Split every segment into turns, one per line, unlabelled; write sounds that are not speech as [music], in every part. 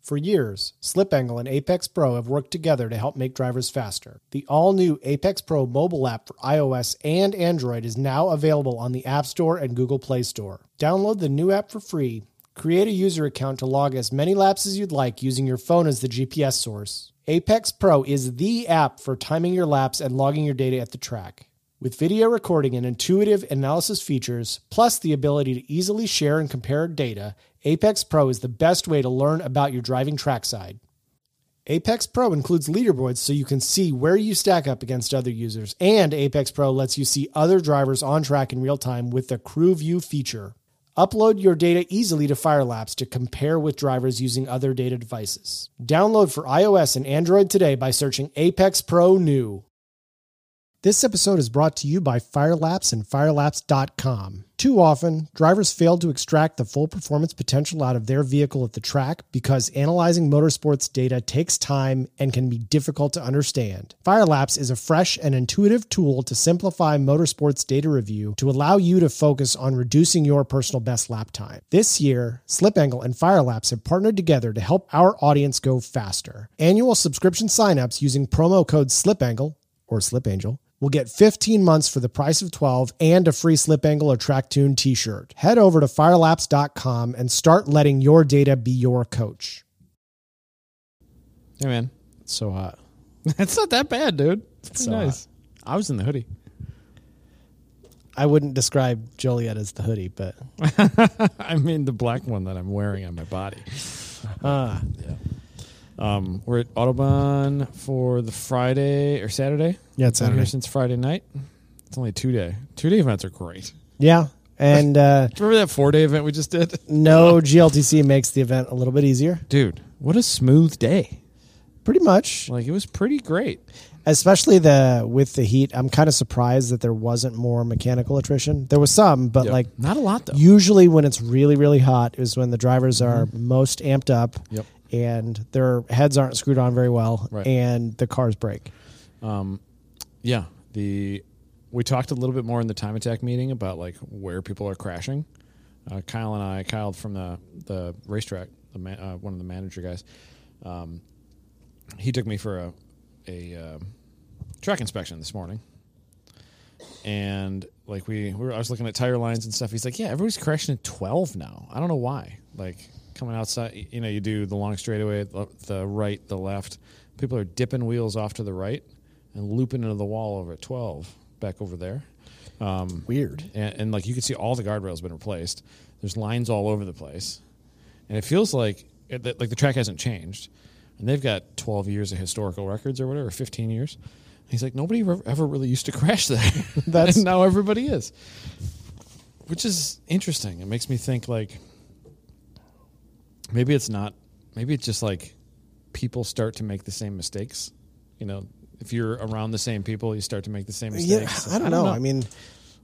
For years, SlipAngle and Apex Pro have worked together to help make drivers faster. The all new Apex Pro mobile app for iOS and Android is now available on the App Store and Google Play Store. Download the new app for free, create a user account to log as many laps as you'd like using your phone as the GPS source. Apex Pro is the app for timing your laps and logging your data at the track. With video recording and intuitive analysis features, plus the ability to easily share and compare data, Apex Pro is the best way to learn about your driving trackside. Apex Pro includes leaderboards so you can see where you stack up against other users, and Apex Pro lets you see other drivers on track in real time with the Crew View feature. Upload your data easily to Firelapse to compare with drivers using other data devices. Download for iOS and Android today by searching Apex Pro New. This episode is brought to you by Firelapse and Firelapse.com. Too often, drivers fail to extract the full performance potential out of their vehicle at the track because analyzing motorsports data takes time and can be difficult to understand. Firelapse is a fresh and intuitive tool to simplify motorsports data review to allow you to focus on reducing your personal best lap time. This year, SlipAngle and Firelapse have partnered together to help our audience go faster. Annual subscription signups using promo code SlipAngle or Slip Angel will get 15 months for the price of 12 and a free Slip Angle or Track Tune t-shirt. Head over to firelapse.com and start letting your data be your coach.
Hey man, [laughs]
It's so uh, hot.
it's not that bad, dude. It's pretty
So
nice. I was in the hoodie. [laughs]
I wouldn't describe Joliet as the hoodie, but
I mean, the black one that I'm wearing on my body.
uh,
Um, we're at Autobahn for the Friday or Saturday.
yeah, it's
Been here
Saturday.
since Friday night. It's only two day. Two day events are great.
Yeah, and uh,
Remember that four day event we just did, [laughs]
no GLTC makes the event a little bit easier.
dude? What a smooth day.
Pretty much,
Like it was pretty great.
especially the with the heat. I'm kind of surprised that there wasn't more mechanical attrition. There was some, but
Yep.
like
not a lot though.
usually when it's really really hot is when the drivers are most amped up
Mm-hmm. Yep.
and their heads aren't screwed on very well
Right.
and the cars break
Yeah. The we talked a little bit more in the time attack meeting about like where people are crashing. Uh, Kyle and I, Kyle from the the racetrack, the ma- uh, one of the manager guys, um, he took me for a a uh, track inspection this morning, and like we, we were, I was looking at tire lines and stuff. He's like, "Yeah, everybody's crashing at twelve now. I don't know why. Like coming outside, y- you know, you do the long straightaway, the- the right, the left. People are dipping wheels off to the right and looping into the wall over at twelve back over there. Um,
weird
and, and like you can see all the guardrails have been replaced. There's lines all over the place, and it feels like it, that- like the track hasn't changed, and they've got 12 years of historical records or whatever, 15 years. And he's like, nobody re- ever really used to [laughs] crash there.
That's-
and now everybody is, which is interesting. It makes me think like maybe it's not. Maybe it's just like people start to make the same mistakes. You know, if you're around the same people, you start to make the same
yeah
mistakes.
i don't, know. i mean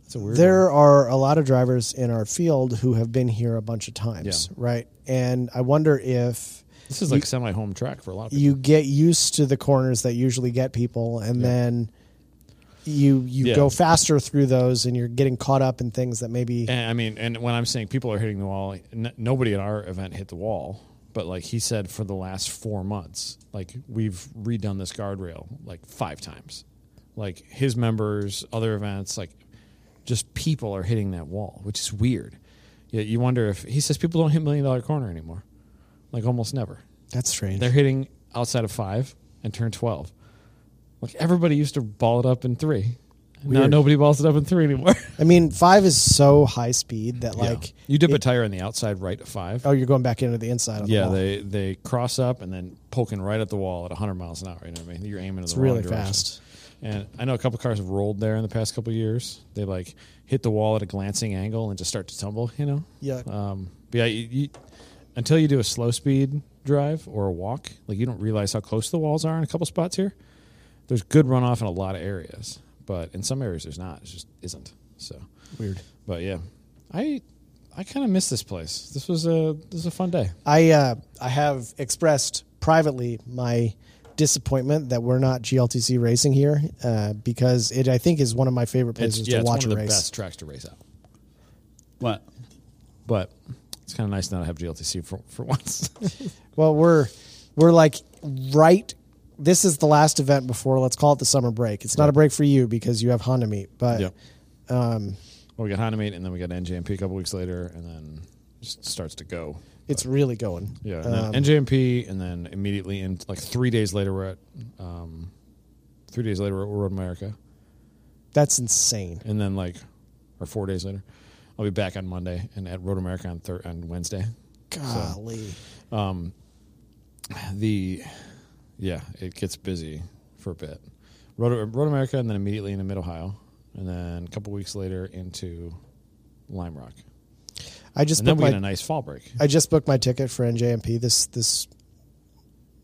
it's a weird. one.
there are a lot of drivers in our field who have been here a bunch of times
Yeah.
right and i wonder if
This is like semi home track for a lot of people.
you get used to the corners that usually get people and then you you
Yeah.
go faster through those and you're getting caught up in things that maybe
and, I mean, and when I'm saying people are hitting the wall, n- nobody at our event hit the wall. But like he said, for the last four months, like we've redone this guardrail like five times. Like his members, other events, like just people are hitting that wall, which is weird. Yeah, you wonder if he says people don't hit million dollar corner anymore, like almost never.
that's strange
They're hitting outside of five and turn 12. Like everybody used to ball it up in three. Now
Weird.
nobody balls it up in three anymore. [laughs]
I mean, five is so high speed that
Yeah.
like
you dip a tire on the outside right at five.
oh, you're going back into the inside. On the
yeah,
wall.
they they cross up and then poking right at the wall at 100 miles an hour. You know what I mean? You're aiming.
it's really fast.
And I know a couple cars have rolled there in the past couple years. They like hit the wall at a glancing angle and just start to tumble. You know.
Yeah,
Um, but yeah, you, you, until you do a slow speed drive or a walk, like you don't realize how close the walls are in a couple spots here. There's good runoff in a lot of areas, but in some areas there's not. It just isn't. So
weird.
but yeah, I I kind of miss this place. This was a this was a fun day.
I uh, I have expressed privately my disappointment that we're not GLTC racing here uh, because it I think is one of my favorite places to watch
one of
a
the
race.
best tracks to race out.
What?
But It's kind of nice not to have GLTC for for [laughs] once.
Well, we're we're like right. This is the last event before. Let's call it the summer break. It's not a break for you because you have Honda meet, but
yep. Um, well, we got Hanamate, and then we got NJMP a couple weeks later, and then just starts to go.
it's really going. Um,
Yeah, and then NJMP, and then immediately in like three days later, we're at um, three days later we're at Road America,
That's insane.
and then like or four days later, I'll be back on Monday and at Road America on thir- on Wednesday.
Golly.
The yeah, it gets busy for a bit. Road, Road America, and then immediately into Mid Ohio, and then a couple weeks later into Lime Rock,
I just
and then
booked
we
my
get a nice fall break.
I just booked my ticket for NJMP this this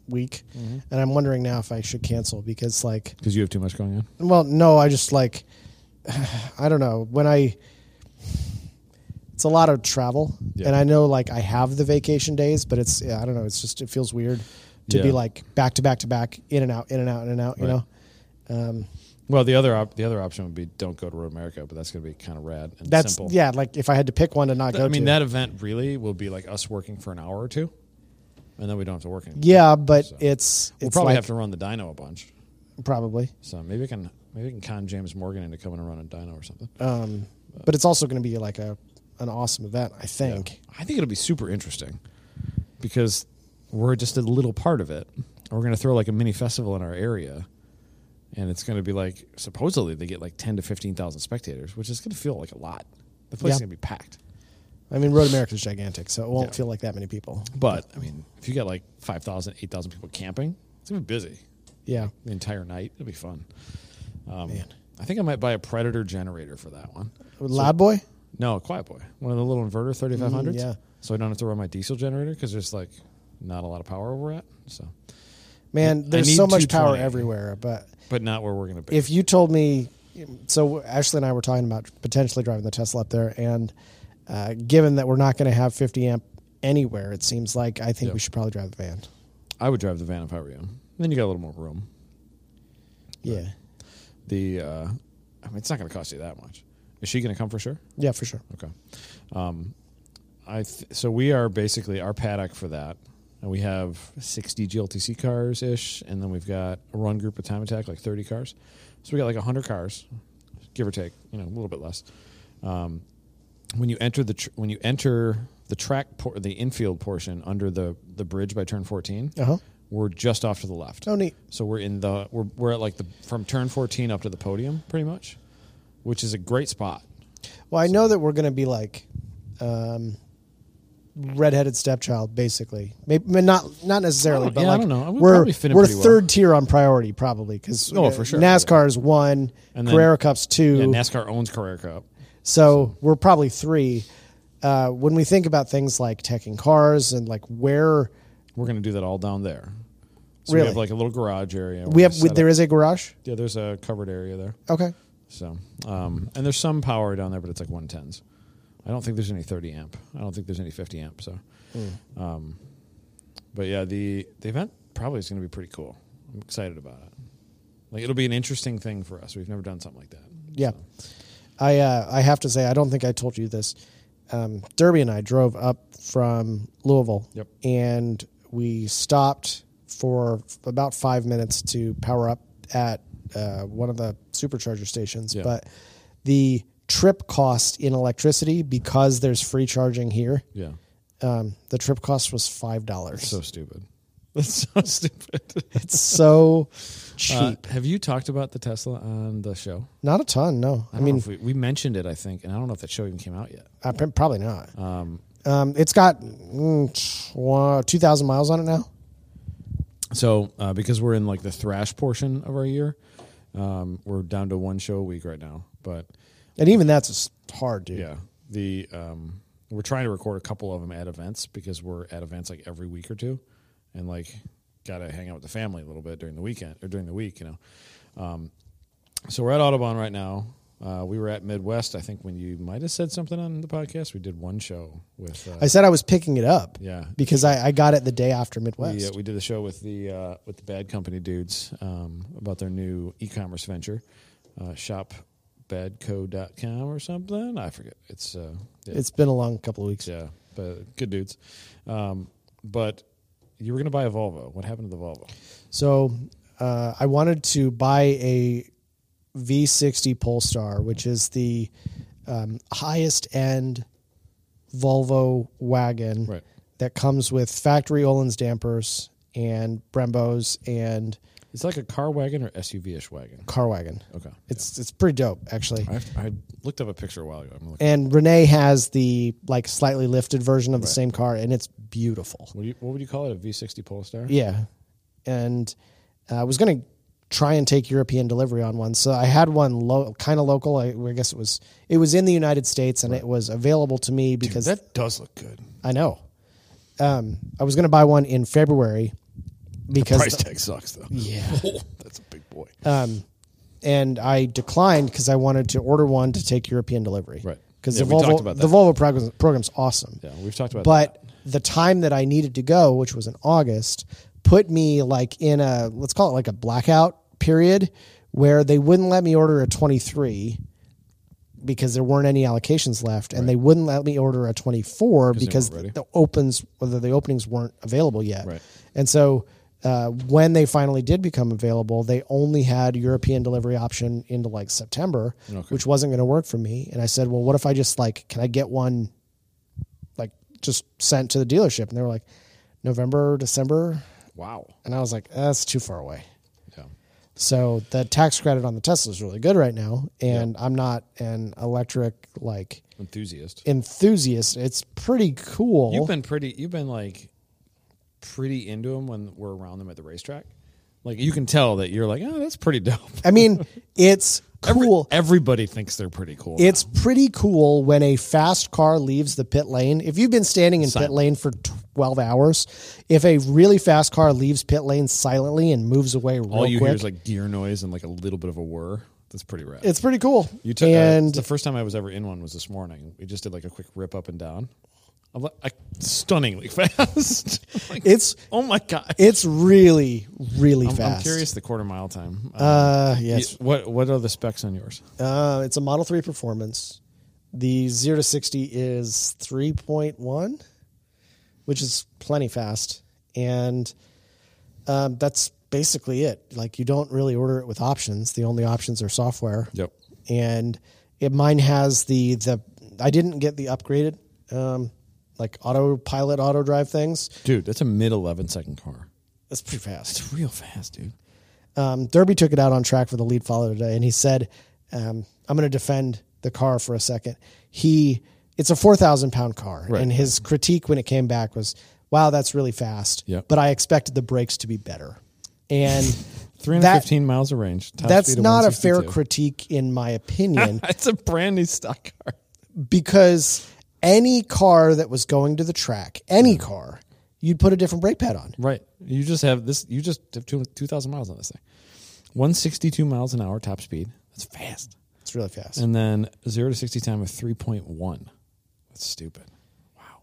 week,
Mm-hmm.
and I'm wondering now if I should cancel because like
Because you have too much going on.
Well, no, I just like [sighs] I don't know. When I it's a lot of travel
Yeah.
and I know like I have the vacation days, but it's yeah, I don't know, it's just it feels weird to be
Yeah.
like back to back to back, in and out, in and out, in and out, you
Right.
know. Um
Well, the other op- the other option would be don't go to Road America, but that's going to be kind of rad and
that's
simple.
yeah, like if I had to pick one to not go
I mean
to.
that event really will be like us working for an hour or two, and then we don't have to work anymore.
yeah, but it's
we'll
it's
probably
like-
have to run the dyno a bunch.
probably.
So maybe I can maybe I can con James Morgan into coming and running dyno or something.
Um but it's also going to be like a an awesome event, I think.
I think it'll be super interesting because we're just a little part of it. We're going to throw like a mini festival in our area, and it's going to be like supposedly they get like ten to fifteen thousand spectators, which is going to feel like a lot. The place
Yeah.
is going to be packed.
I mean, Road America is gigantic, so it won't
Yeah.
feel like that many people.
But I mean, if you got like 5,000, 8,000 people camping, it's gonna be busy
Yeah.
the entire night. It'll be fun. Um,
Man.
I think I might buy a Predator generator for that one.
Loud Boy?
No, a Quiet Boy, one of the little inverter 3500s.
Mm, yeah.
So I don't have to run my diesel generator because there's like not a lot of power where we're at. So,
Man,
I
there's
need
so much power
220.
everywhere. But
but not where we're gonna be.
if you told me, so Ashley and I were talking about potentially driving the Tesla up there, and uh, given that we're not going to have 50 amp anywhere, it seems like I think
Yep.
we should probably drive the van.
I would drive the van if I were you. Then you got a little more room.
Yeah,
The uh, I mean, it's not gonna cost you that much. Is she gonna come for sure?
yeah, for sure.
Okay. Um, I th- so we are basically our paddock for that, and we have sixty GLTC cars ish, and then we've got a run group with Time Attack like thirty cars, so we got like hundred cars, give or take, you know, a little bit less. Um, when you enter the tr- when you enter the track por- the infield portion under the the bridge by turn fourteen,
Uh huh.
we're just off to the left.
Oh, neat.
So we're in the we're we're at like the from turn fourteen up to the podium pretty much, which is a great spot.
Well, I know that we're going to be like, um, redheaded stepchild, basically. Maybe not not necessarily,
I don't-
but
yeah, I
like
don't know. We'll
we're
probably fit in
we're
pretty well.
third tier on priority, probably because
Oh, for sure.
NASCAR's one,
And then-
Carrera Cup's two,
Yeah, NASCAR owns Carrera Cup.
So we're probably three. Uh, when we think about things like teching cars and like where
We're going to do that all down there. So
Really?
we have like a little garage area.
we have,
We're
we,
set
there
up-
is a garage.
yeah, there's a covered area there.
Okay.
So, um, and there's some power down there, but it's like 110s. I don't think there's any 30 amp. I don't think there's any 50 amp. So,
Hmm.
um, but yeah, the the event probably is going to be pretty cool. I'm excited about it. Like it'll be an interesting thing for us. We've never done something like that.
Yeah. I uh, I have to say I don't think I told you this. Um, Derby and I drove up from Louisville.
Yep.
And we stopped for about five minutes to power up at uh, one of the supercharger stations.
Yeah.
But the trip cost in electricity because there's free charging here.
Yeah,
Um, the trip cost was five dollars.
so stupid. [laughs] That's so stupid.
It's
[laughs]
so
Uh,
cheap.
have you talked about the Tesla on the show?
Not a ton, no. I,
I, mean,
mean,
if we, we mentioned it, I think, and I don't know if that show even came out yet.
I, pr- probably not.
Um,
Um, it's got mm, tw- 2,000 miles on it now.
so uh, because we're in like the thrash portion of our year, um, we're down to one show a week right now. But
And even that's s- hard, dude.
yeah, the um, we're trying to record a couple of them at events because we're at events like every week or two, and like got to hang out with the family a little bit during the weekend or during the week, you know. Um, so we're at Audubon right now. Uh, we were at Midwest. I think when you might have said something on the podcast, we did one show with. Uh,
I said I was picking it up
yeah,
because I, I got it the day after Midwest.
We, uh, we did the show with the uh, with the Bad Company dudes um, about their new e-commerce venture, uh, shopbadco.com or something. I forget. It's uh, yeah,
It's been a long couple of weeks.
yeah. but good dudes. Um, but you were going to buy a Volvo. What happened to the Volvo?
So uh, I wanted to buy a V60 Polestar, which is the um, highest end Volvo wagon
Right.
that comes with factory Olin's dampers and Brembos and
It's like a car wagon or SUV ish wagon.
car wagon.
Okay.
It's it's pretty dope actually.
I, have, I looked up a picture a while ago. I'm looking.
And Renee has the like slightly lifted version of the
Right.
same car, and it's beautiful.
What, do you, what would you call it? A V60 Polestar?
Yeah. And uh, I was going to try and take European delivery on one. So I had one lo- kind of local. I, I guess it was it was in the United States and it was available to me because
that does look good.
I know. Um, I was going to buy one in February because
Price tag sucks though.
[laughs] Yeah.
that's a big boy.
and I declined because I wanted to order one to take European delivery.
Right.
Because
Yeah,
the
we talked
Volvo
about
the
that.
Volvo program, program's awesome.
yeah, we've talked about that.
but the time that I needed to go, which was in August, put me like in a let's call it like a blackout period where they wouldn't let me order a 23 because there weren't any allocations left and they wouldn't let me order a 24 because
weren't ready.
the opens whether the openings weren't available yet
Right.
and so uh, when they finally did become available they only had european delivery option into like september which wasn't going to work for me and i said well what if i just like can i get one like just sent to the dealership and they were like november december
Wow.
and i was like "Eh, that's too far away
Yeah.
so the tax credit on the tesla is really good right now and i'm not an electric like
Enthusiast.
enthusiast it's pretty cool
You've been pretty. You've been like pretty into them when we're around them at the racetrack. Like you can tell that you're like, oh, that's pretty dope. [laughs]
i mean it's
Every-
cool
everybody thinks they're pretty cool.
It's pretty cool when a fast car leaves the pit lane. If you've been standing in pit lane for 12 hours, if a really fast car leaves pit lane silently and moves away real
all you
quick,
hear is like gear noise and like a little bit of a whir. That's pretty rad.
it's pretty cool.
you took
and
and the first time I was ever in one was this morning. We just did like a quick rip up and down. I'm like, I, stunningly [laughs] fast. Like,
It's-
oh my god.
it's really really
I'm-
fast.
I'm curious the quarter mile time.
Uh,
Um,
yes.
y- What What are the specs on yours?
Uh, it's a Model 3 performance. The 0 to 60 is 3.1, which is plenty fast. And um, that's basically it. Like, you don't really order it with options. The only options are software.
Yep.
And it, mine has the, the, I didn't get the upgraded, um, like autopilot auto drive things.
Dude, that's a mid 11 second car.
That's pretty fast.
It's real fast, dude.
um, Derby took it out on track for the lead follow today, and he said, um, "I'm going to defend the car for a second. He, it's a four thousand pound car,
Right.
and his critique when it came back was, "Wow, that's really fast,
Yep.
but I expected the brakes to be better."
[laughs]
And
315 miles of range. top
that's
speed of
not a fair
162.
critique, in my opinion,
[laughs] It's a brand new stock car.
because any car that was going to the track, any car, you'd put a different brake pad on.
Right. You just have this, you just have two- 2,000 miles on this thing. 162 miles an hour top speed. That's fast.
It's really fast.
And then 0 to 60 time of 3.1. That's stupid. Wow.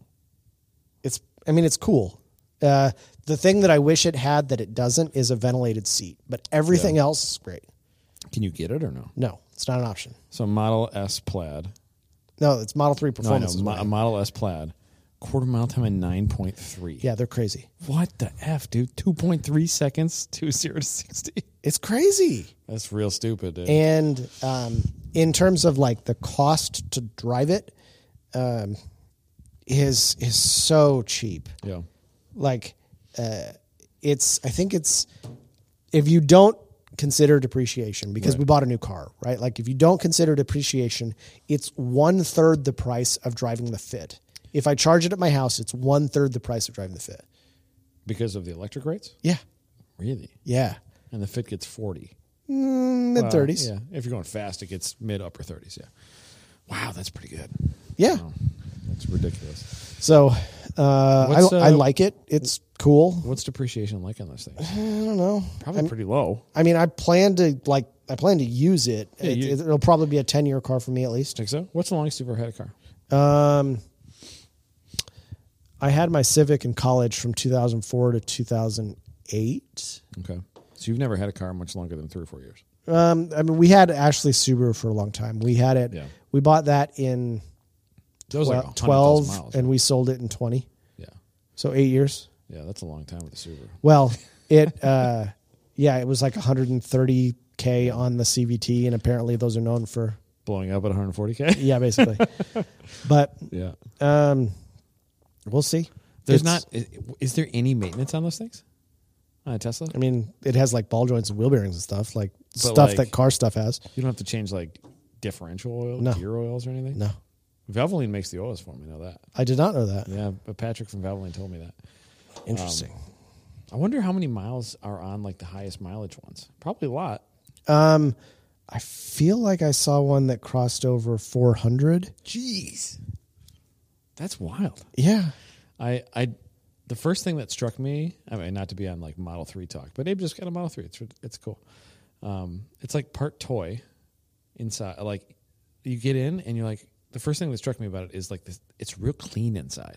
it's I mean it's cool. Uh, the thing that I wish it had that it doesn't is a ventilated seat, but everything else is great.
Can you get it or no?
No, it's not an option.
So Model S Plaid.
No, it's Model Three
No, I know.
performance. is
Mo-
what I-
a Model S Plaid. Quarter mile time of 9.3.
yeah, they're crazy.
What the F, dude? 2.3 seconds to 0 to 60.
It's crazy.
That's real stupid, dude.
And um, in terms of like the cost to drive it, um, is is so cheap.
yeah.
Like, uh, it's I think it's if you don't consider depreciation because we bought a new car right like if you don't consider depreciation it's one third the price of driving the fit if i charge it at my house it's one third the price of driving the fit
Because of the electric rates?
yeah
Really?
yeah
And the Fit gets 40.
mid 30s
Yeah. If you're going fast, it gets mid upper 30s. Yeah. Wow, that's pretty good.
yeah,
Wow, that's ridiculous.
so uh, I,
What's,
I
uh,
like it it's cool
What's depreciation like on those things?
i don't know
Probably pretty low.
i mean i plan to like i plan to use it, it
you-
it'll probably be a 10 year car for me at least
Think so? What's the longest you've ever had a car?
Um, I had my Civic in college from 2004 to 2008.
Okay. So you've never had a car much longer than three or four years.
Um, I mean, we had Ashley Subaru for a long time. We had it.
Yeah.
We bought that in
That was like
12
100,000 miles,
and we sold it in 20.
Yeah.
So 8 years.
Yeah, that's a long time with the Subaru.
Well,
[laughs]
it uh yeah, it was like 130k on the CVT and apparently those are known for
Blowing up at 140K.
yeah,
[laughs]
basically. but
yeah.
um we'll see.
There's
It's-
not. i- Is there any maintenance on those things? On a Tesla,
I mean, it has like ball joints and wheel bearings and stuff, like stuff
like-
that car stuff has.
you don't have to change like differential oil,
No.
gear oils, or anything.
No.
Valvoline makes the oils for me. Know that?
I did not know that.
Yeah, Um, but Patrick from Valvoline told me that.
Interesting.
I wonder how many miles are on like the highest mileage ones. Probably a lot.
Um, I feel like I saw one that crossed over 400.
Jeez, that's wild.
Yeah.
I, I, the first thing that struck me. I mean, not to be on like Model Three talk, but Abe just got a Model Three. It's it's cool. Um, it's like part toy inside. Like you get in and you're like the first thing that struck me about it is like this. It's real clean inside,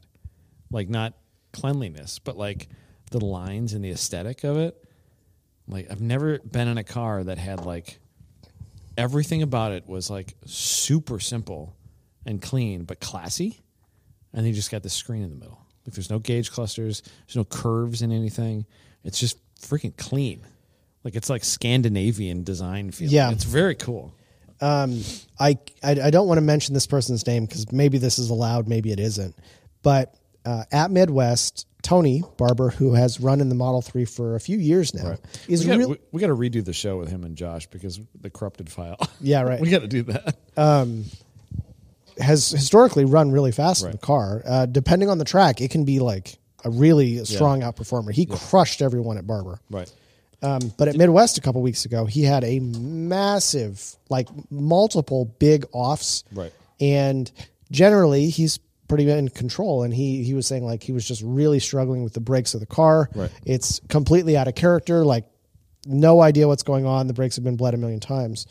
like not cleanliness, but like the lines and the aesthetic of it. Like I've never been in a car that had like everything about it was like super simple and clean but classy and then you just got this screen in the middle like there's no gauge clusters there's no curves in anything it's just freaking clean like it's like scandinavian design feel
Yeah.
it's very cool
Um, I, I, I don't want to mention this person's name because maybe this is allowed, maybe it isn't. But uh, at Midwest, Tony Barber, who has run in the Model 3 for a few years now, is
we got
real.
we, we got to redo the show with him and josh because the corrupted file
Yeah, right.
[laughs] we got to do that
has historically run really fast in the
Right.
car. Uh, depending on the track, it can be like a really strong outperformer. He crushed everyone at Barber.
right
Um, but at Midwest a couple weeks ago, he had a massive, like multiple big offs.
Right.
And generally, he's pretty in control. And he he was saying like he was just really struggling with the brakes of the car.
Right.
It's completely out of character. Like no idea what's going on. The brakes have been bled a million times.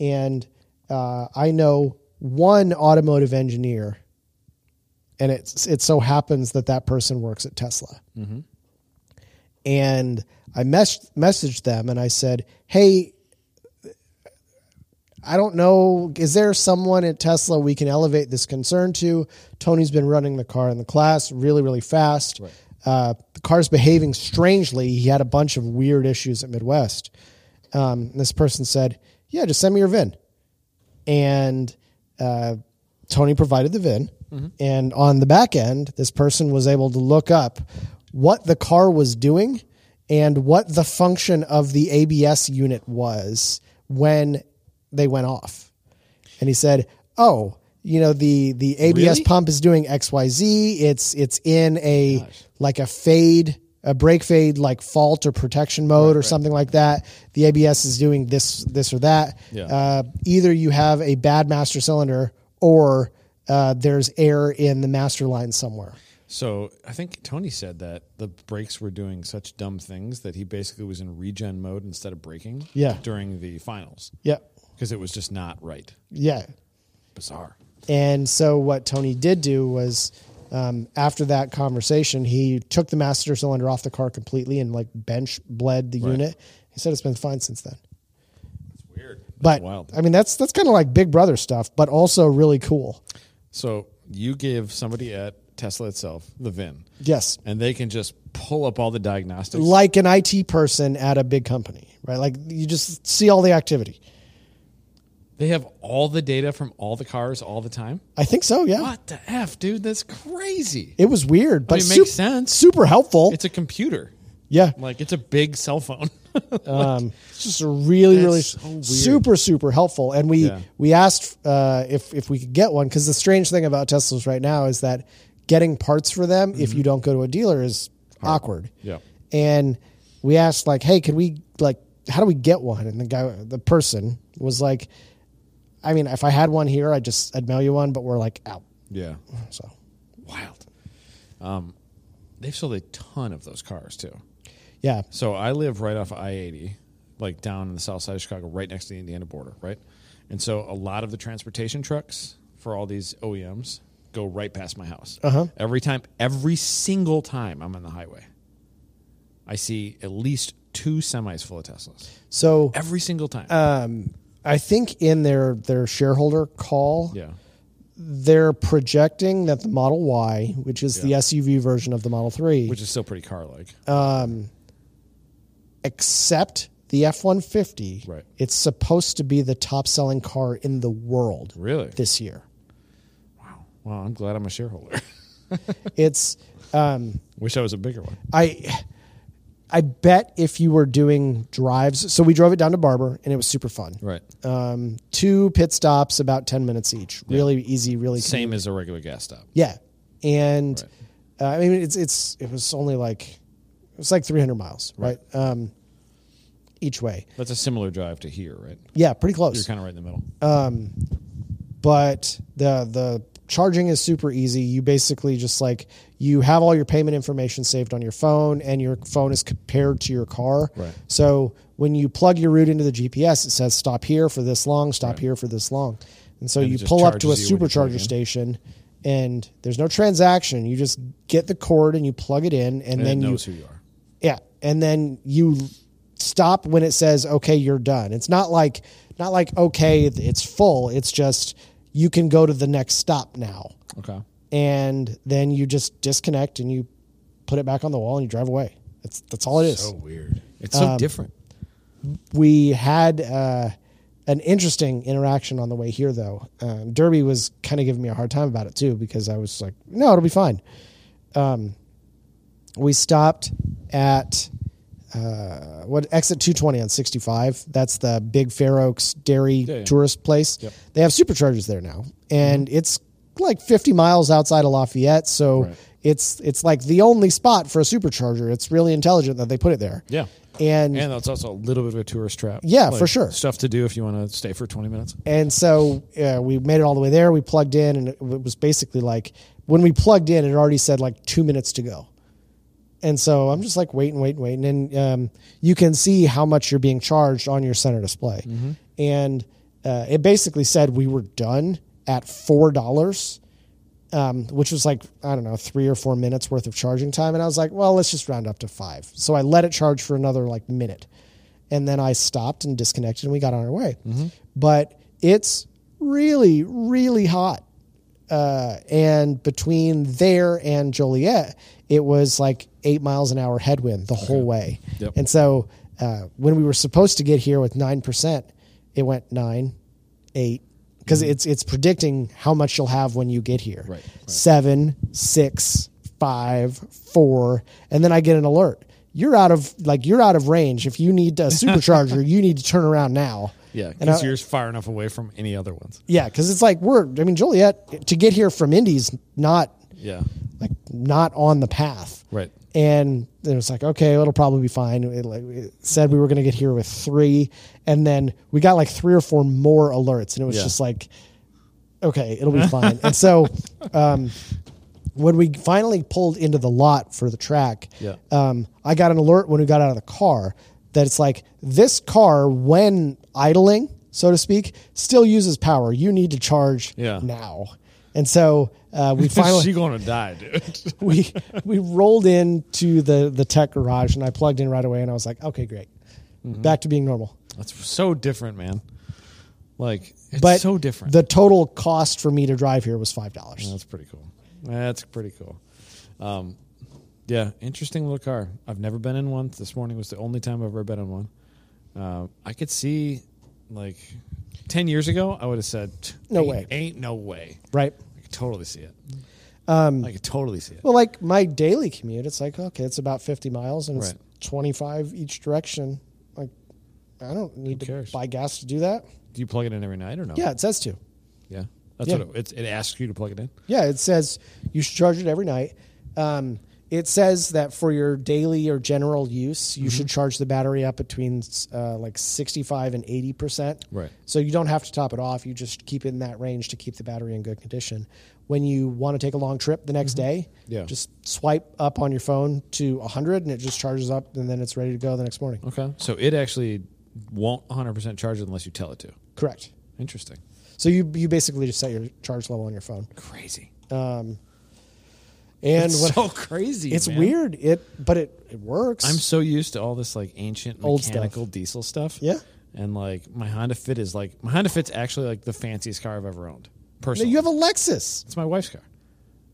And uh, I know one automotive engineer, and it's it so happens that that person works at Tesla and I mes- messaged them and I said, "Hey, I don't know. Is there someone at Tesla we can elevate this concern to? Tony's been running the car in the class really, really fast. Uh, the car's behaving strangely. He had a bunch of weird issues at Midwest." Um, and this person said, "Yeah, just send me your VIN." and uh, Tony provided the VIN. And on the back end, this person was able to look up what the car was doing and what the function of the ABS unit was when they went off. And he said, "Oh, you know the the ABS
Really?
pump is doing X Y Z. It's it's in a like a fade." A brake fade, like fault or protection mode, or something like that. The ABS is doing this, this or that
Yeah.
uh, either you have a bad master cylinder or uh, there's air in the master line somewhere.
so i think tony said that the brakes were doing such dumb things that he basically was in regen mode instead of braking
Yeah.
during the finals
Yeah,
because it was just not right
yeah.
bizarre
And so what Tony did do was, um, after that conversation, he took the master cylinder off the car completely and like bench bled the unit. He said it's been fine since then.
it's weird
But
wild.
I mean, that's that's kind of like Big Brother stuff, but also really cool.
So you give somebody at Tesla itself the VIN,
Yes,
and they can just pull up all the diagnostics.
like an IT person at a big company, right? Like you just see all the activity.
They have all the data from all the cars all the time.
I think so. Yeah.
What the f, dude? That's crazy.
It was weird, but
mean, it
sup-
makes sense.
Super helpful.
It's a computer.
yeah,
Like it's a big cell phone. [laughs]
um, it's just a really,
That's
really
so weird.
super, super helpful. And we
Yeah.
we asked uh, if if we could get one because the strange thing about Teslas right now is that getting parts for them if you don't go to a dealer is awkward.
Mm-hmm. Yeah.
And we asked like, hey, could we like, how do we get one? And the guy, the person was like, I mean, if I had one here, I just I'd mail you one, but we're like out.
yeah.
So
Wild. Um, they've sold a ton of those cars too.
yeah,
So I live right off I eighty, like down in the south side of Chicago, right next to the Indiana border, right? And so a lot of the transportation trucks for all these OEMs go right past my house.
Uh-huh.
Every time, every single time I'm on the highway, I see at least two semis full of Teslas.
so. Uh,
Every single time.
um, I think in their their shareholder call,
yeah.
they're projecting that the Model Y, which is the SUV version of the Model 3,
which is still pretty car like.
except the F 150,
Right.
it's supposed to be the top selling car in the world
really?
Uh, this year.
well, I'm glad I'm a shareholder. [laughs]
It's, um,
Wish I was a bigger one.
I. I bet if you were doing drives, so we drove it down to Barber and it was super fun.
Right.
Um, two pit stops, about 10 minutes each. Really easy, really
Same as a regular gas stop.
Yeah, and uh, I mean it's it's it was only like it was like 300 miles, right? Um, each way.
That's a similar drive to here, right?
Yeah, pretty
You're
close.
kind of right in the middle.
But the the charging is super easy. You basically just like you have all your payment information saved on your phone, and your phone is compared to your car.
Right.
So when you plug your route into the GPS, it says stop here for this long, stop here for this long, and so
it
you
just
pull up to a
charges you when you plug
supercharger
in.
station. And there's no transaction. You just get the cord and you plug it in, and,
and
then
it
you
knows who you are.
Yeah, and then you stop when it says okay, you're done. It's not like not like okay, it's full. It's just you can go to the next stop now.
Okay.
And then you just disconnect and you put it back on the wall and you drive away. That's that's all it is.
weird. Um, It's so different.
we had uh, an interesting interaction on the way here, though. Um, Derby was kind of giving me a hard time about it too because I was like, "No, it'll be fine." Um, we stopped at uh, what exit two twenty on sixty five. That's the big Fair Oaks Dairy
yeah.
tourist place.
Yep. Mm-hmm.
They have superchargers there now, and it's like fifty miles outside of Lafayette, so.
Right.
It's it's like the only spot for a supercharger. It's really intelligent that they put it there.
Yeah.
And
And that's also a little bit of a tourist trap.
Yeah, for sure.
Stuff to do if you want to stay for 20 minutes.
And so uh, we made it all the way there. We plugged in, and it was basically like when we plugged in, it already said like two minutes to go. And so I'm just like waiting, waiting, waiting, and um, you can see how much you're being charged on your center display. And uh, it basically said we were done at four dollars, um, which was like I don't know three or four minutes worth of charging time. And I was like, well, let's just round up to five. So I let it charge for another like minute, and then I stopped and disconnected, and we got on our way. But it's really, really hot uh, and between there and Joliet, it was like eight miles an hour headwind the whole way.
Yep.
And so uh, when we were supposed to get here with nine percent, it went nine, eight, because it's it's predicting how much you'll have when you get here.
Right, right.
Seven, six, five, four, and then I get an alert. You're out of like you're out of range. If you need a
[laughs]
supercharger, you need to turn around now.
Yeah.
And I-
Because yours far enough away from any other ones.
yeah, because it's like we're. I mean, Joliet to get here from Indy's not
Yeah.
like not on the path.
Right.
And it was like, okay, it'll probably be fine. It, like, it said we were going to get here with three, and then we got like three or four more alerts, and it was
Yeah.
just like, okay, it'll be fine. And
[laughs]
so, um, when we finally pulled into the lot for the track,
Yeah.
um, I got an alert when we got out of the car that it's like this car, when idling, so to speak, still uses power. You need to charge
Yeah.
now. And so uh, we [laughs]
[laughs]
finally
she going to die, dude.
we [laughs] we rolled into the the tech garage and I plugged in right away and I was like, okay, great,
Mm-hmm.
back to being normal.
That's so different, man. Like, it's
But
so different.
The total cost for me to drive here was five dollars.
That's pretty cool. That's pretty cool. Um, yeah, interesting little car. I've never been in one. This morning was the only time I've ever been in one. Uh, I could see, like, ten years ago, I would have said,
No
"Ain't-
way."
ain't no way."
Right.
I could totally see it.
Um,
I could totally see it.
Well, like my daily commute, it's like okay, it's about fifty miles and
Right.
it's twenty five each direction. Like, I don't need to
cares?
buy gas to do that.
Do you plug it in every night or no?
Yeah, it says to.
yeah. That's
Yeah.
what it, it's, it asks you to plug it in.
Yeah, it says you should charge it every night. Um, it says that for your daily or general use, you
Mm-hmm.
should charge the battery up between uh, like 65 and 80%.
Right.
So you don't have to top it off. You just keep it in that range to keep the battery in good condition. When you want to take a long trip the next day,
Mm-hmm. Yeah.
just swipe up on your phone to 100 and it just charges up and then it's ready to go the next morning.
Okay. So it actually won't 100% charge it unless you tell it to.
Correct.
Interesting.
So you, you basically just set your charge level on your phone.
Crazy.
And
It's
what,
so [laughs] crazy.
it's
man.
weird, it but it, it works.
I'm so used to all this like ancient
Old stuff.
mechanical diesel stuff.
Yeah.
And like my Honda Fit is like my Honda Fit's actually like the fanciest car I've ever owned. Personally.
You have a Lexus.
It's my wife's car.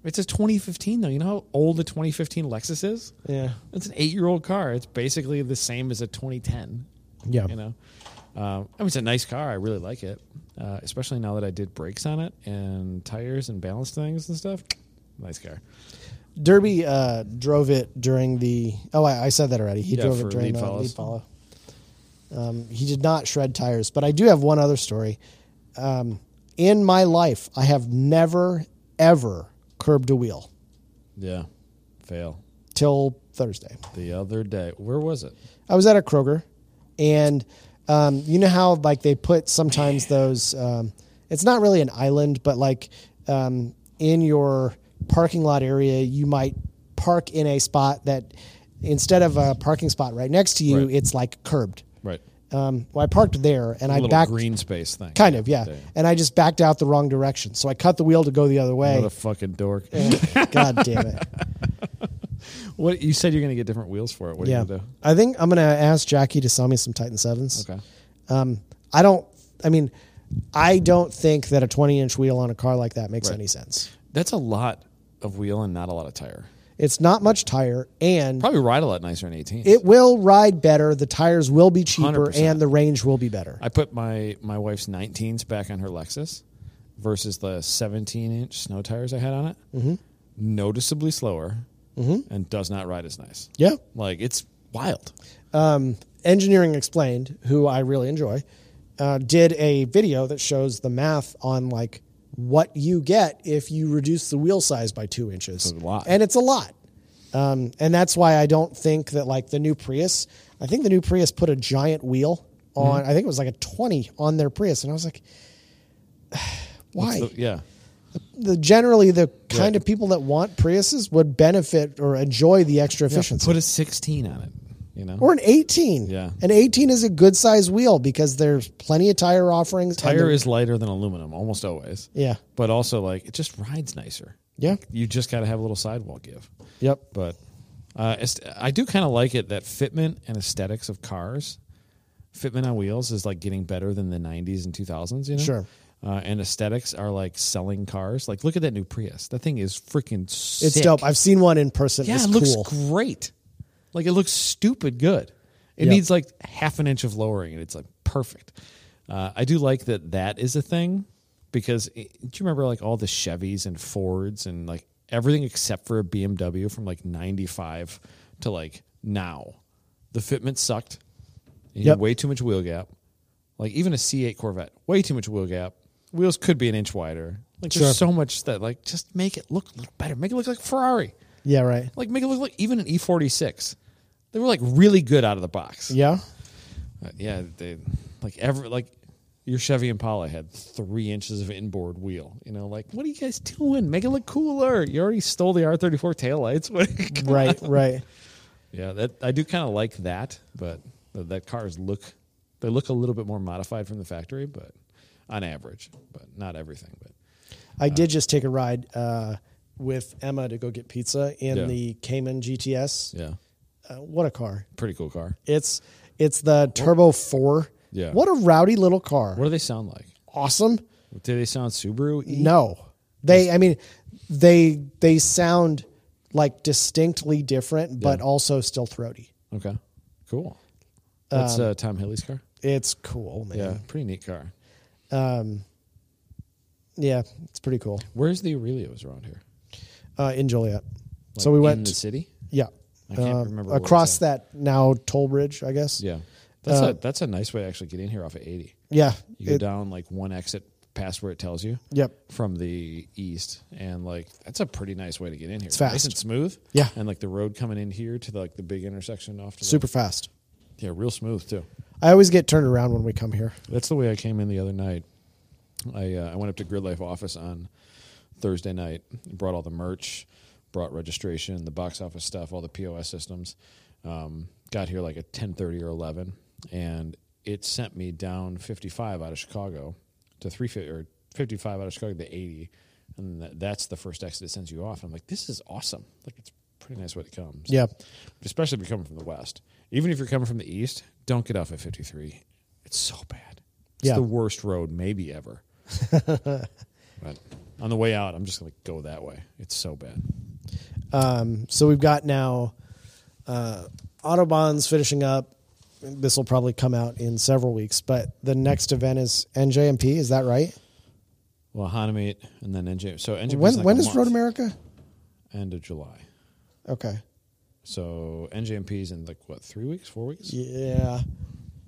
It's a 2015 though. You know how old the 2015 Lexus is?
Yeah.
It's an eight-year-old car. It's basically the same as a 2010.
Yeah.
You know, um, I mean, it's a nice car. I really like it, uh, especially now that I did brakes on it and tires and balance things and stuff. Nice car.
Derby uh, drove it during the. Oh, I, I said that already. He
Yeah,
drove it
for
during
lead
the
follows.
lead follow. Um, he did not shred tires, but I do have one other story. Um, in my life, I have never ever curbed a wheel
Yeah. Fail.
till Thursday.
The other day, where was it?
I was at a Kroger, and um, you know how like they put sometimes those. Um, it's not really an island, but like um, in your parking lot area, you might park in a spot that instead of a parking spot right next to you,
Right.
it's like curbed.
Right.
Um, well, I parked there, and I
A little
backed
green space thing.
kind of yeah,
There.
and I just backed out the wrong direction, so I cut the wheel to go the other
What
way.
a fucking dork. [laughs]
God damn it!
What you said you're going to get different wheels for it. What are
Yeah,
you going to
I think I'm gonna ask Jackie to sell me some Titan Sevens.
do? Okay.
Um, I don't. I mean, I don't think that a 20 inch wheel on a car like that makes
Right.
any sense.
That's a lot of wheel and not a lot of tire.
It's not much tire, and
Probably ride a lot nicer in 18.
it will ride better. The tires will be cheaper,
100%.
and the range will be better.
I put my my wife's 19s back on her Lexus versus the 17 inch snow tires I had on it. Mm-hmm. Noticeably slower
Mm-hmm.
and does not ride as nice.
yeah.
Like it's wild.
Um, Engineering Explained, who I really enjoy, uh, did a video that shows the math on like what you get if you reduce the wheel size by two inches.
It's a lot.
and it's a lot. Um, and that's why I don't think that like the new Prius. I think the new Prius put a giant wheel
Mm-hmm.
on. I think it was like a twenty on their Prius, and I was like, [sighs] why?
So, yeah.
the generally the kind of people that want Priuses would benefit or enjoy the extra efficiency.
Put a 16 on it, you know.
or an 18.
Yeah.
An 18 is a good size wheel because there's plenty of tire offerings. and
tire
the-
is lighter than aluminum almost always.
Yeah.
But also like it just rides nicer.
Yeah.
You just got to have a little sidewall give.
Yep.
but uh, est- I do kind of like it that fitment and aesthetics of cars, fitment on wheels is like getting better than the '90s and 2000s. You know,
Sure.
Uh, and aesthetics are like selling cars. Like, look at that new Prius. That thing is freaking.
It's
sick.
dope. I've seen one in person.
Yeah,
it's
it looks
cool.
great. Like it looks stupid good. It
Yep.
needs like half an inch of lowering, and it's like perfect. Uh, I do like that that is a thing because eh, do you remember like all the Chevys and Fords and like everything except for a BMW from like '95 to like now? The fitment sucked. You
Yep.
had way too much wheel gap. Like even a C8 Corvette, way too much wheel gap. Wheels could be an inch wider. Like
Sure.
there's so much that like just make it look a little better. Make it look like a Ferrari
Yeah, right.
like make it look like even an E46. They were like really good out of the box.
Yeah.
Uh, yeah, they like ever like your Chevy Impala had three inches of inboard wheel. You know, like what are you guys doing? Make it look cooler. You already stole the R34 taillights. [laughs] What-
Right, right.
yeah, that I do kind of like that, but th- that cars look they look a little bit more modified from the factory, but on average, but not everything. But
I did just take a ride uh, with Emma to go get pizza in
Yeah.
the Cayman GTS.
yeah,
Uh, what a car.
pretty cool car.
It's it's the Turbo 4.
Yeah.
What a rowdy little car.
What do they sound like?
awesome.
Do they sound Subaru?
No, they. I mean, they they sound like distinctly different, but also still throaty.
Okay, cool. That's
Um,
uh, Tom Hilly's car.
It's cool, man.
Yeah, pretty neat car.
Yeah, it's pretty cool.
Where's the Aurelios around here?
Uh, in Joliet,
Like,
so we
in
went.
the city.
yeah,
I can't
uh,
remember where it's
across
at.
that now toll bridge, I guess.
Yeah, that's a that's a nice way to actually get in here off of eighty.
yeah.
You go
Uh, it-
down like one exit past where it tells you.
Yep.
From the east, and like that's a pretty nice way to get in here. It's nice
fast.
and smooth.
Yeah.
and like the road coming in here to like the big intersection off to
super fast.
The, yeah, real smooth too.
I always get turned around when we come here.
That's the way I came in the other night. I uh, I went up to Grid Life office on Thursday night, brought all the merch, brought registration, the box office stuff, all the POS systems. Um, got here like at ten thirty or eleven, and it sent me down fifty five out of Chicago to three fifty or fifty five out of Chicago to eighty, and that, that's the first exit it sends you off. I'm like, this is awesome. Like it's a pretty nice way to come. So-
Yeah,
especially if you're coming from the west. Even if you're coming from the east, don't get off at 53. It's so bad. It's
Yeah. [laughs]
the worst road maybe ever. But on the way out, I'm just going to go that way. It's so bad.
Um, so we've got now uh, Autobahn's finishing up. This will probably come out in several weeks, but the next event is NJMP. Is that right?
Well, Hanamate and then NJ. So NJ
When
like
when
a
is
month,
Road America?
End of July.
Okay.
So NJMP's in like what three weeks, four weeks?
Yeah.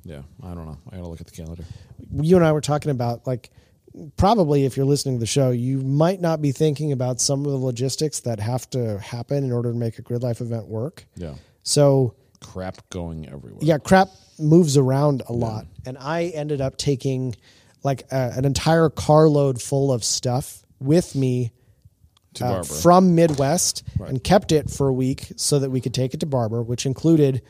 Yeah, I don't know. I gotta look at the calendar.
you and I were talking about like probably if you're listening to the show, you might not be thinking about some of the logistics that have to happen in order to make a grid life event work.
Yeah,
So
crap going everywhere.
yeah, crap moves around a lot, and I ended up taking like a, an entire carload full of stuff with me
to
uh,
Barbara.
from Midwest
Right.
and kept it for a week so that we could take it to Barber, which included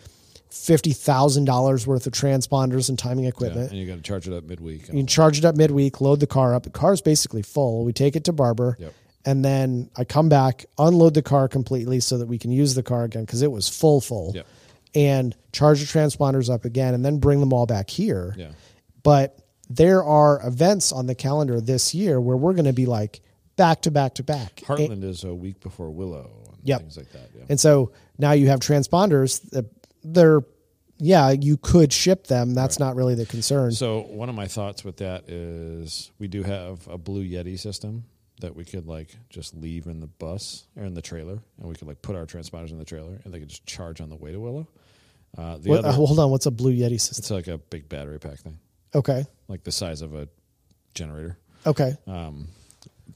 fifty thousand dollars worth of transponders and timing
yeah,
equipment.
and you got to charge it up midweek.
You can charge it up midweek, load the car up. The car's basically full. We take it to Barber.
Yep.
And then I come back, unload the car completely so that we can use the car again because it was full, full.
Yep.
And charge the transponders up again and then bring them all back here.
Yeah.
But there are events on the calendar this year where we're going to be like back to back to back. And,
Heartland is a week before Willow and
Yep.
things like that. Yeah.
and so now you have transponders. that They're, yeah, you could ship them. That's not really the concern.
So one of my thoughts with that is we do have a blue Yeti system that we could like just leave in the bus or in the trailer, and we could like put our transponders in the trailer, and they could just charge on the way to Willow. Uh, the
What-
other,
uh, hold on. What's a Blue Yeti system?
it's like a big battery pack thing,
Okay.
like the size of a generator.
Okay.
Um,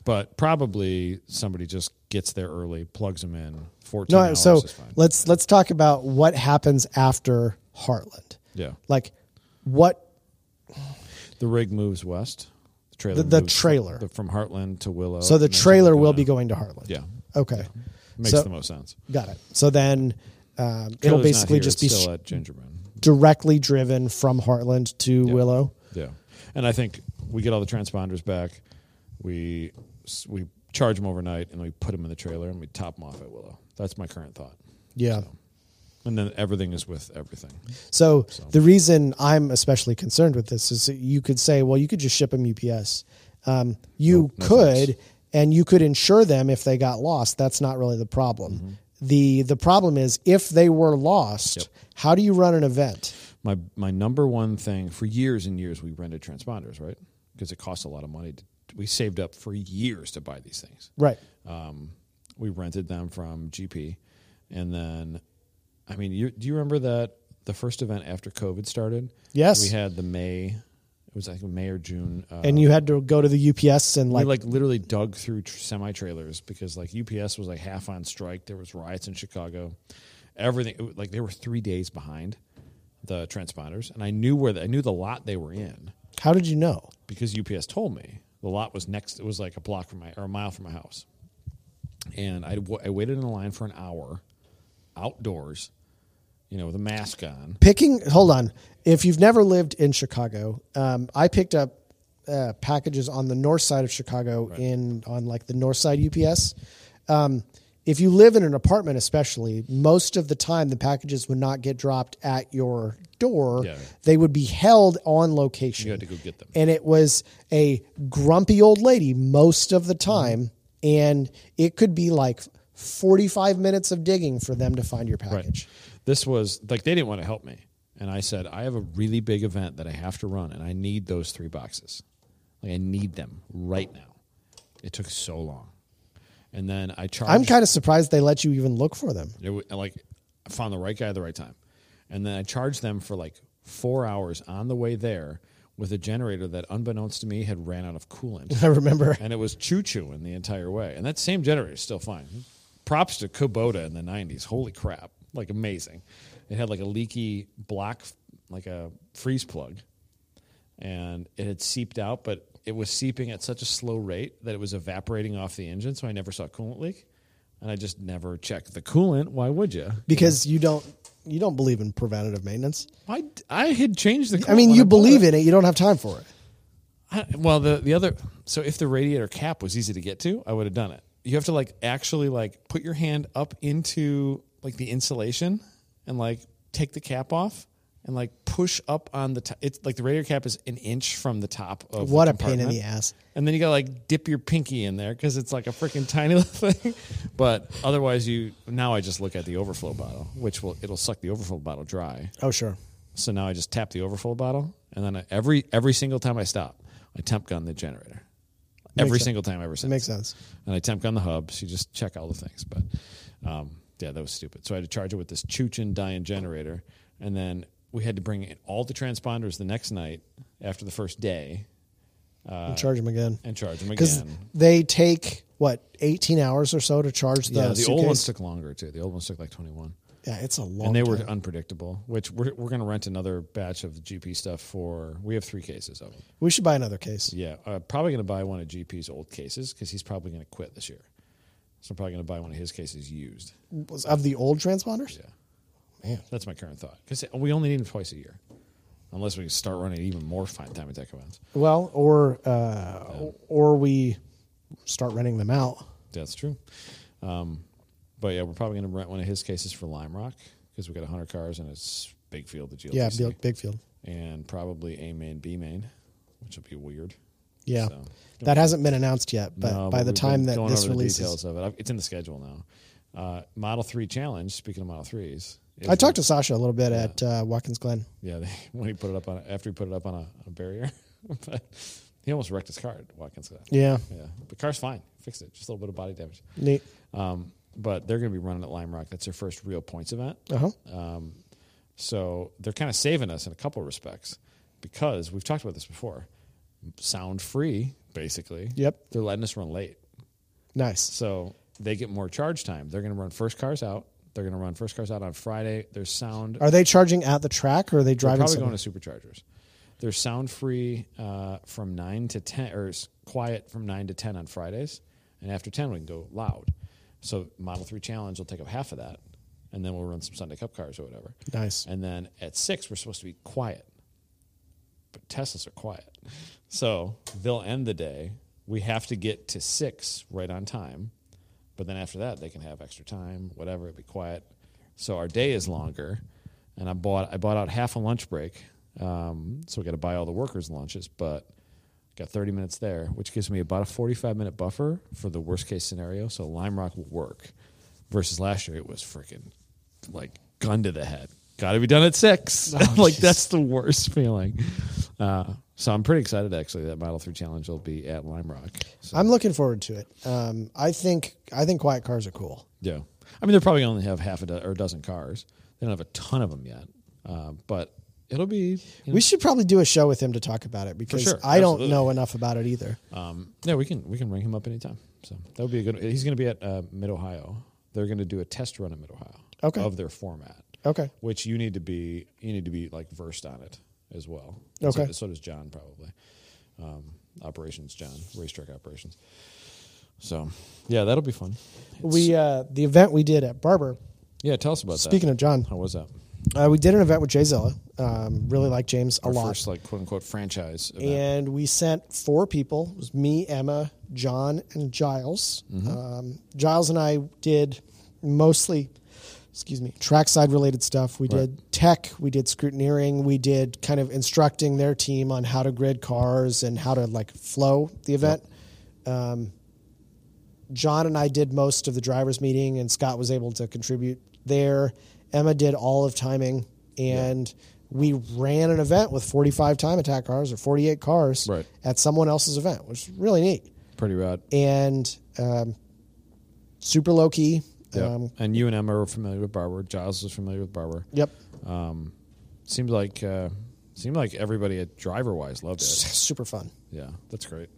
but probably somebody just gets there early, plugs them in. Fourteen
No,
hours
so
is fine.
let's let's talk about what happens after Heartland.
yeah,
Like what
the rig moves west. The trailer.
The- the
moves
trailer.
from, from Heartland to Willow.
so the
and then
trailer
something
will
down.
be going to Heartland.
Yeah,
Okay.
makes
So-
the most sense.
Got it. So then um, it'll
Trailer's not
basically
here,
just
it's
be
still
sh-
at Gingerman.
directly driven from Heartland to Willow.
Yeah, and I think we get all the transponders back. We s- we charge them overnight, and we put them in the trailer, and we top them off at Willow. That's my current thought.
Yeah.
And then everything is with everything.
So, the reason I'm especially concerned with this is that you could say, well, you could just ship them UPS. Um, you
no
could, and you could insure them if they got lost. That's not really the problem. The the problem is if they were lost, how do you run an event?
My my number one thing for years and years we rented transponders, right? Because it costs a lot of money. To, we saved up for years to buy these things.
Right.
um, we rented them from GP, and then, I mean, you, do you remember that the first event after COVID started?
Yes.
we had the May. It was like May or June. Uh,
and you had to go to the UPS and
we
like,
like literally dug through tr- semi trailers because like UPS was like half on strike. There was riots in Chicago. Everything it, was- like they were three days behind the transponders, and I knew where the, I knew the lot they were in
how did you know?
because UPS told me the lot was next. It was like a block from my or a mile from my house, and I, w- I waited in the line for an hour, outdoors, you know, with a mask on.
Picking, hold on. If you've never lived in Chicago, um, I picked up uh, packages on the north side of Chicago in on like the north side UPS. Um, if you live in an apartment, especially, most of the time the packages would not get dropped at your door.
Yeah.
They would be held on location.
You had to go get them.
and it was a grumpy old lady most of the time and it could be like 45 minutes of digging for them to find your package
This was like they didn't want to help me, and I said I have a really big event that I have to run, and I need those three boxes. Like I need them right now. It took so long, and then I charged.
i'm kind of surprised they let you even look for them [laughs]
It wa- like I found the right guy at the right time, and then I charged them for like four hours on the way there with a generator that, unbeknownst to me, had ran out of coolant, [laughs]
i remember
and it was choo chooing the entire way. And that same generator is still fine. Props to Kubota in the '90s. Holy crap! Like amazing. It had like a leaky block, like a freeze plug, and it had seeped out, but it was seeping at such a slow rate that it was evaporating off the engine, so I never saw coolant leak. And I just never checked the coolant. Why would you?
because you don't you don't believe in preventative maintenance
I, I had changed the.
i mean you believe in it you don't have time for it
I, well, the the other. So if the radiator cap was easy to get to, I would have done it. You have to like actually like put your hand up into like the insulation and like take the cap off and like push up on the top. It's like the radiator cap is an inch from the top of the
What a pain in
compartment.
the ass.
And then you gotta like dip your pinky in there because it's like a freaking tiny [laughs] little thing. But otherwise, you now I just look at the overflow bottle, which will it'll suck the overflow bottle dry.
Oh sure.
So now I just tap the overflow bottle, and then I, every every single time I stop, I temp gun the generator. Every
sense.
single time ever since.
Makes sense.
And I temp gun the hub, so you just check all the things. But um, yeah, that was stupid. So I had to charge it with this Chuchin Dian generator, and then we had to bring in all the transponders the next night after the first day
And charge them again.
Uh, and charge them
Because
again.
they take what, eighteen hours or so to charge the, uh,
yeah, the
suitcase?
old ones took longer too. The old ones took like twenty one,
Yeah, it's a long
and they were
time.
unpredictable. Which we're we're gonna rent another batch of the GP stuff for. We have three cases of them.
we should buy another case.
Yeah, uh, probably going to buy one of GP's old cases because he's probably going to quit this year. So I'm probably going to buy one of his cases used.
Was- Of the old transponders?
Yeah,
Man.
that's my current thought because we only need them twice a year, unless we can start running even more fine time attack events.
Well, or uh, or we start renting them out.
That's true. Um, but yeah, we're probably going to rent one of his cases for Lime Rock because we got 100 cars and it's big field of GLTC.
Yeah, big, big field.
and probably A main B main, which will be weird.
Yeah.
So-
that hasn't been announced yet, but
No,
by the
we've
time
been
that
going
this
over the
releases,
details of it, I've- it's in the schedule now. Uh, Model Three Challenge. Speaking of Model Threes, is-
I talked to Sasha a little bit at uh, Watkins Glen.
yeah they, [laughs] when he put it up on after he put it up on a, a barrier, [laughs] but he almost wrecked his car at Watkins. Glen.
Yeah,
yeah, the car's fine, fixed it, just a little bit of body damage.
neat.
Um, but they're going to be running at Lime Rock. That's their first real points event.
Uh huh.
Um, so they're kind of saving us in a couple respects because we've talked about this before. Sound free, basically.
Yep.
They're letting us run late.
Nice.
So they get more charge time. They're going to run first cars out. They're going to run first cars out on Friday. Their sound.
Are they charging at the track or are they
They're
driving?
probably
somewhere?
going to superchargers. They're sound free uh, from nine to ten, or s- quiet from nine to ten on Fridays, and after ten we can go loud. So Model Three Challenge will take up half of that, and then we'll run some Sunday Cup cars or whatever.
Nice.
And then at six we're supposed to be quiet, but Teslas are quiet, so they'll end the day. We have to get to six right on time, but then after that they can have extra time, whatever. It'd be quiet, so our day is longer. And I bought I bought out half a lunch break, um, so we got to buy all the workers lunches, but got 30 minutes there, which gives me about a 45 minute buffer for the worst case scenario. So Lime Rock will work. Versus last year, it was freaking like gun to the head. Got to be done at six. [laughs] like that's the worst feeling. Uh, so I'm pretty excited actually that Model Three Challenge will be at Lime Rock. So,
I'm looking forward to it. Um, I think I think quiet cars are cool.
yeah, I mean they're probably only have half a do- or a dozen cars. They don't have a ton of them yet, uh, but it'll be. you know,
We should probably do a show with him to talk about it because
sure.
I don't
Absolutely.
know enough about it either.
Um, yeah, we can we can ring him up anytime. So that would be a good. He's going to be at uh, Mid Ohio. They're going to do a test run in Mid Ohio.
Okay.
Of their format,
Okay.
which you need to be you need to be like versed on it as well. And so-
Okay.
So, does John probably. Um, operations John, racetrack operations. So, yeah, that'll be fun.
We uh, the event we did at Barber.
Yeah, tell us about
Speaking
that.
of John,
how was that?
uh, we did an event with Jay Zilla. Um, really like James a
Our
lot.
first like quote unquote franchise. Event.
and we sent four people. It was me, Emma, John, and Giles. Um, Giles and I did mostly, excuse me, trackside related stuff. We did tech, we did scrutineering, we did kind of instructing their team on how to grid cars and how to like flow the event. Um, John and I did most of the drivers' meeting, and Scott was able to contribute there. Emma did all of timing, and we ran an event with 45 time attack cars or 48 cars
Right.
at someone else's event, which was really neat
Pretty rad.
and um, super low key.
Yeah.
Um,
and you and Emma were familiar with Barber. Giles was familiar with Barber.
yep.
Seemed like uh, seemed like everybody at driver wise loved
[laughs]
it.
Super fun.
Yeah, that's great.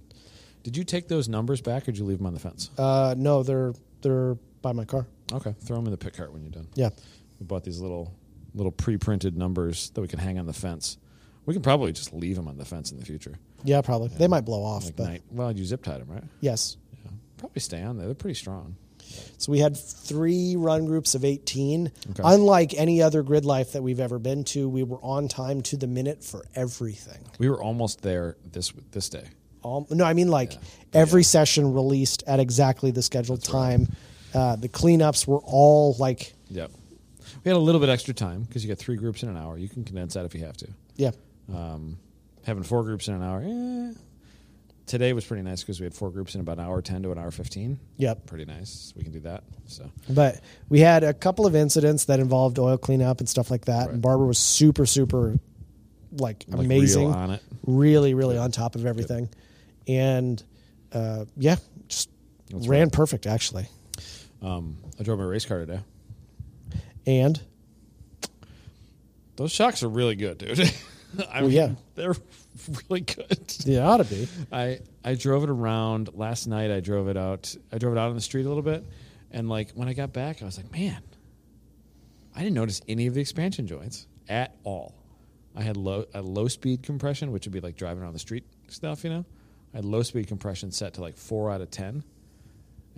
Did you take those numbers back or did you leave them on the fence?
Uh, no, they're they're by my car.
Okay, throw them in the pit cart when you're done.
Yeah.
We bought these little little pre-printed numbers that we can hang on the fence. We can probably just leave them on the fence in the future.
Yeah, probably. They might blow off,
Like
but
night. Well, you zip tied them, right?
yes.
Yeah. Probably stay on there. They're pretty strong.
So we had three run groups of 18.
Okay.
Unlike any other grid life that we've ever been to, we were on time to the minute for everything.
We were almost there this this day.
All, no, I mean like every session released at exactly the scheduled time. Uh, the cleanups were all like
Yep. We had a little bit extra time because you got three groups in an hour. You can condense that if you have to.
Yeah.
Um, having four groups in an hour, eh. today was pretty nice because we had four groups in about an hour ten to an hour fifteen.
Yep.
pretty nice. We can do that. So
But we had a couple of incidents that involved oil cleanup and stuff like that.
Right.
And Barbara was super, super like,
like, real
amazing.
on it.
Really, really on top of everything. And uh, yeah, just
That's
ran perfect actually.
Um, I drove my race car today.
And
Those shocks are really good, dude. [laughs] I mean,
yeah.
they're [laughs] really good. [laughs]
it ought to be.
I I drove it around last night. I drove it out. I drove it out on the street a little bit, and like when I got back, I was like, man, I didn't notice any of the expansion joints at all. I had low a low speed compression, which would be like driving around the street stuff, you know. I had low speed compression set to like four out of ten,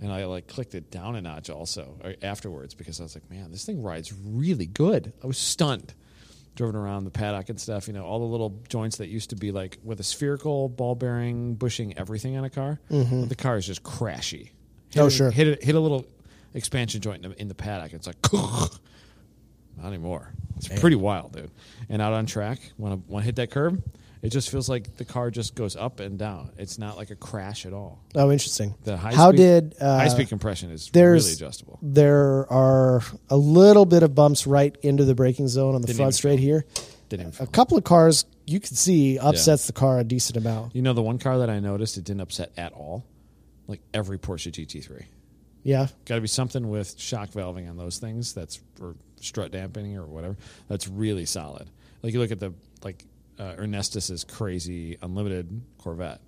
and I like clicked it down a notch also uh, afterwards because I was like, man, this thing rides really good. I was stunned. Driven around the paddock and stuff, you know, all the little joints that used to be like with a spherical ball bearing, bushing, everything on a car. The car is just crashy. Hit
Mm-hmm. Oh,
a-
sure.
Hit a, hit a little expansion joint in the, in the paddock. It's like, [laughs] Not anymore. It's pretty wild, dude. And out on track, when I, when I hit that curb, it just feels like the car just goes up and down. It's not like a crash at all.
Oh, interesting.
The high
How
speed,
did uh,
high speed compression is
there's-
really adjustable.
There are a little bit of bumps right into the braking zone on the
Didn't even
front straight here.
Didn't even feel
A
it.
couple of cars you can see upsets the car a decent amount.
You know, the one car that I noticed it didn't upset at all, like every Porsche GT3.
Yeah.
Got to be something with shock valving on those things that's or strut dampening or whatever. That's really solid. Like you look at the like uh, Ernestus's crazy unlimited Corvette,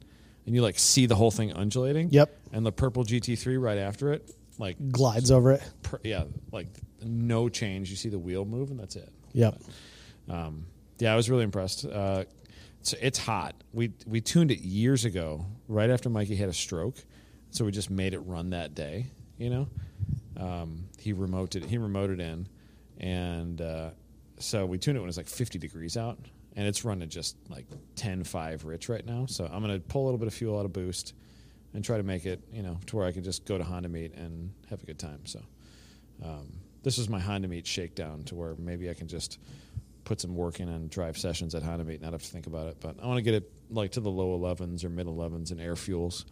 and you like see the whole thing undulating.
Yep.
And the purple GT3 right after it, like
Glides over it.
pr- yeah, like no change. You see the wheel move, and that's it.
Yep.
Um, yeah, I was really impressed. Uh, so it's hot. We we tuned it years ago, right after Mikey had a stroke, so we just made it run that day. You know, um, he remoted he remoted in, and uh, so we tuned it when it's like 50 degrees out, and it's running just like 10 5 rich right now. So I'm gonna pull a little bit of fuel out of boost, and try to make it you know to where I can just go to Honda Meet and have a good time. So um, this is my Honda Meet shakedown to where maybe I can just put some work in and drive sessions at Honda Meet, not have to think about it. But I want to get it like to the low 11s or mid 11s in air fuels,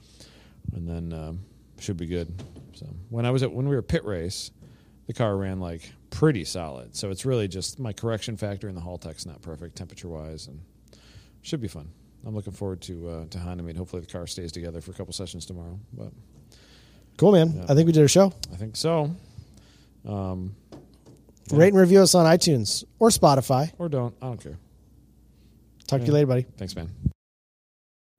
and then um, should be good. So when I was at when we were pit race, the car ran like pretty solid. So it's really just my correction factor in the hall tech's not perfect temperature wise, and should be fun. I'm looking forward to uh, to Honda Meet. Hopefully the car stays together for a couple sessions tomorrow, but.
Cool, man.
Yeah.
I think we did a show.
I think so. Um, Yeah.
Rate and review us on iTunes or Spotify.
or don't. I don't care.
Talk to you
Yeah.
later, buddy.
Thanks, man.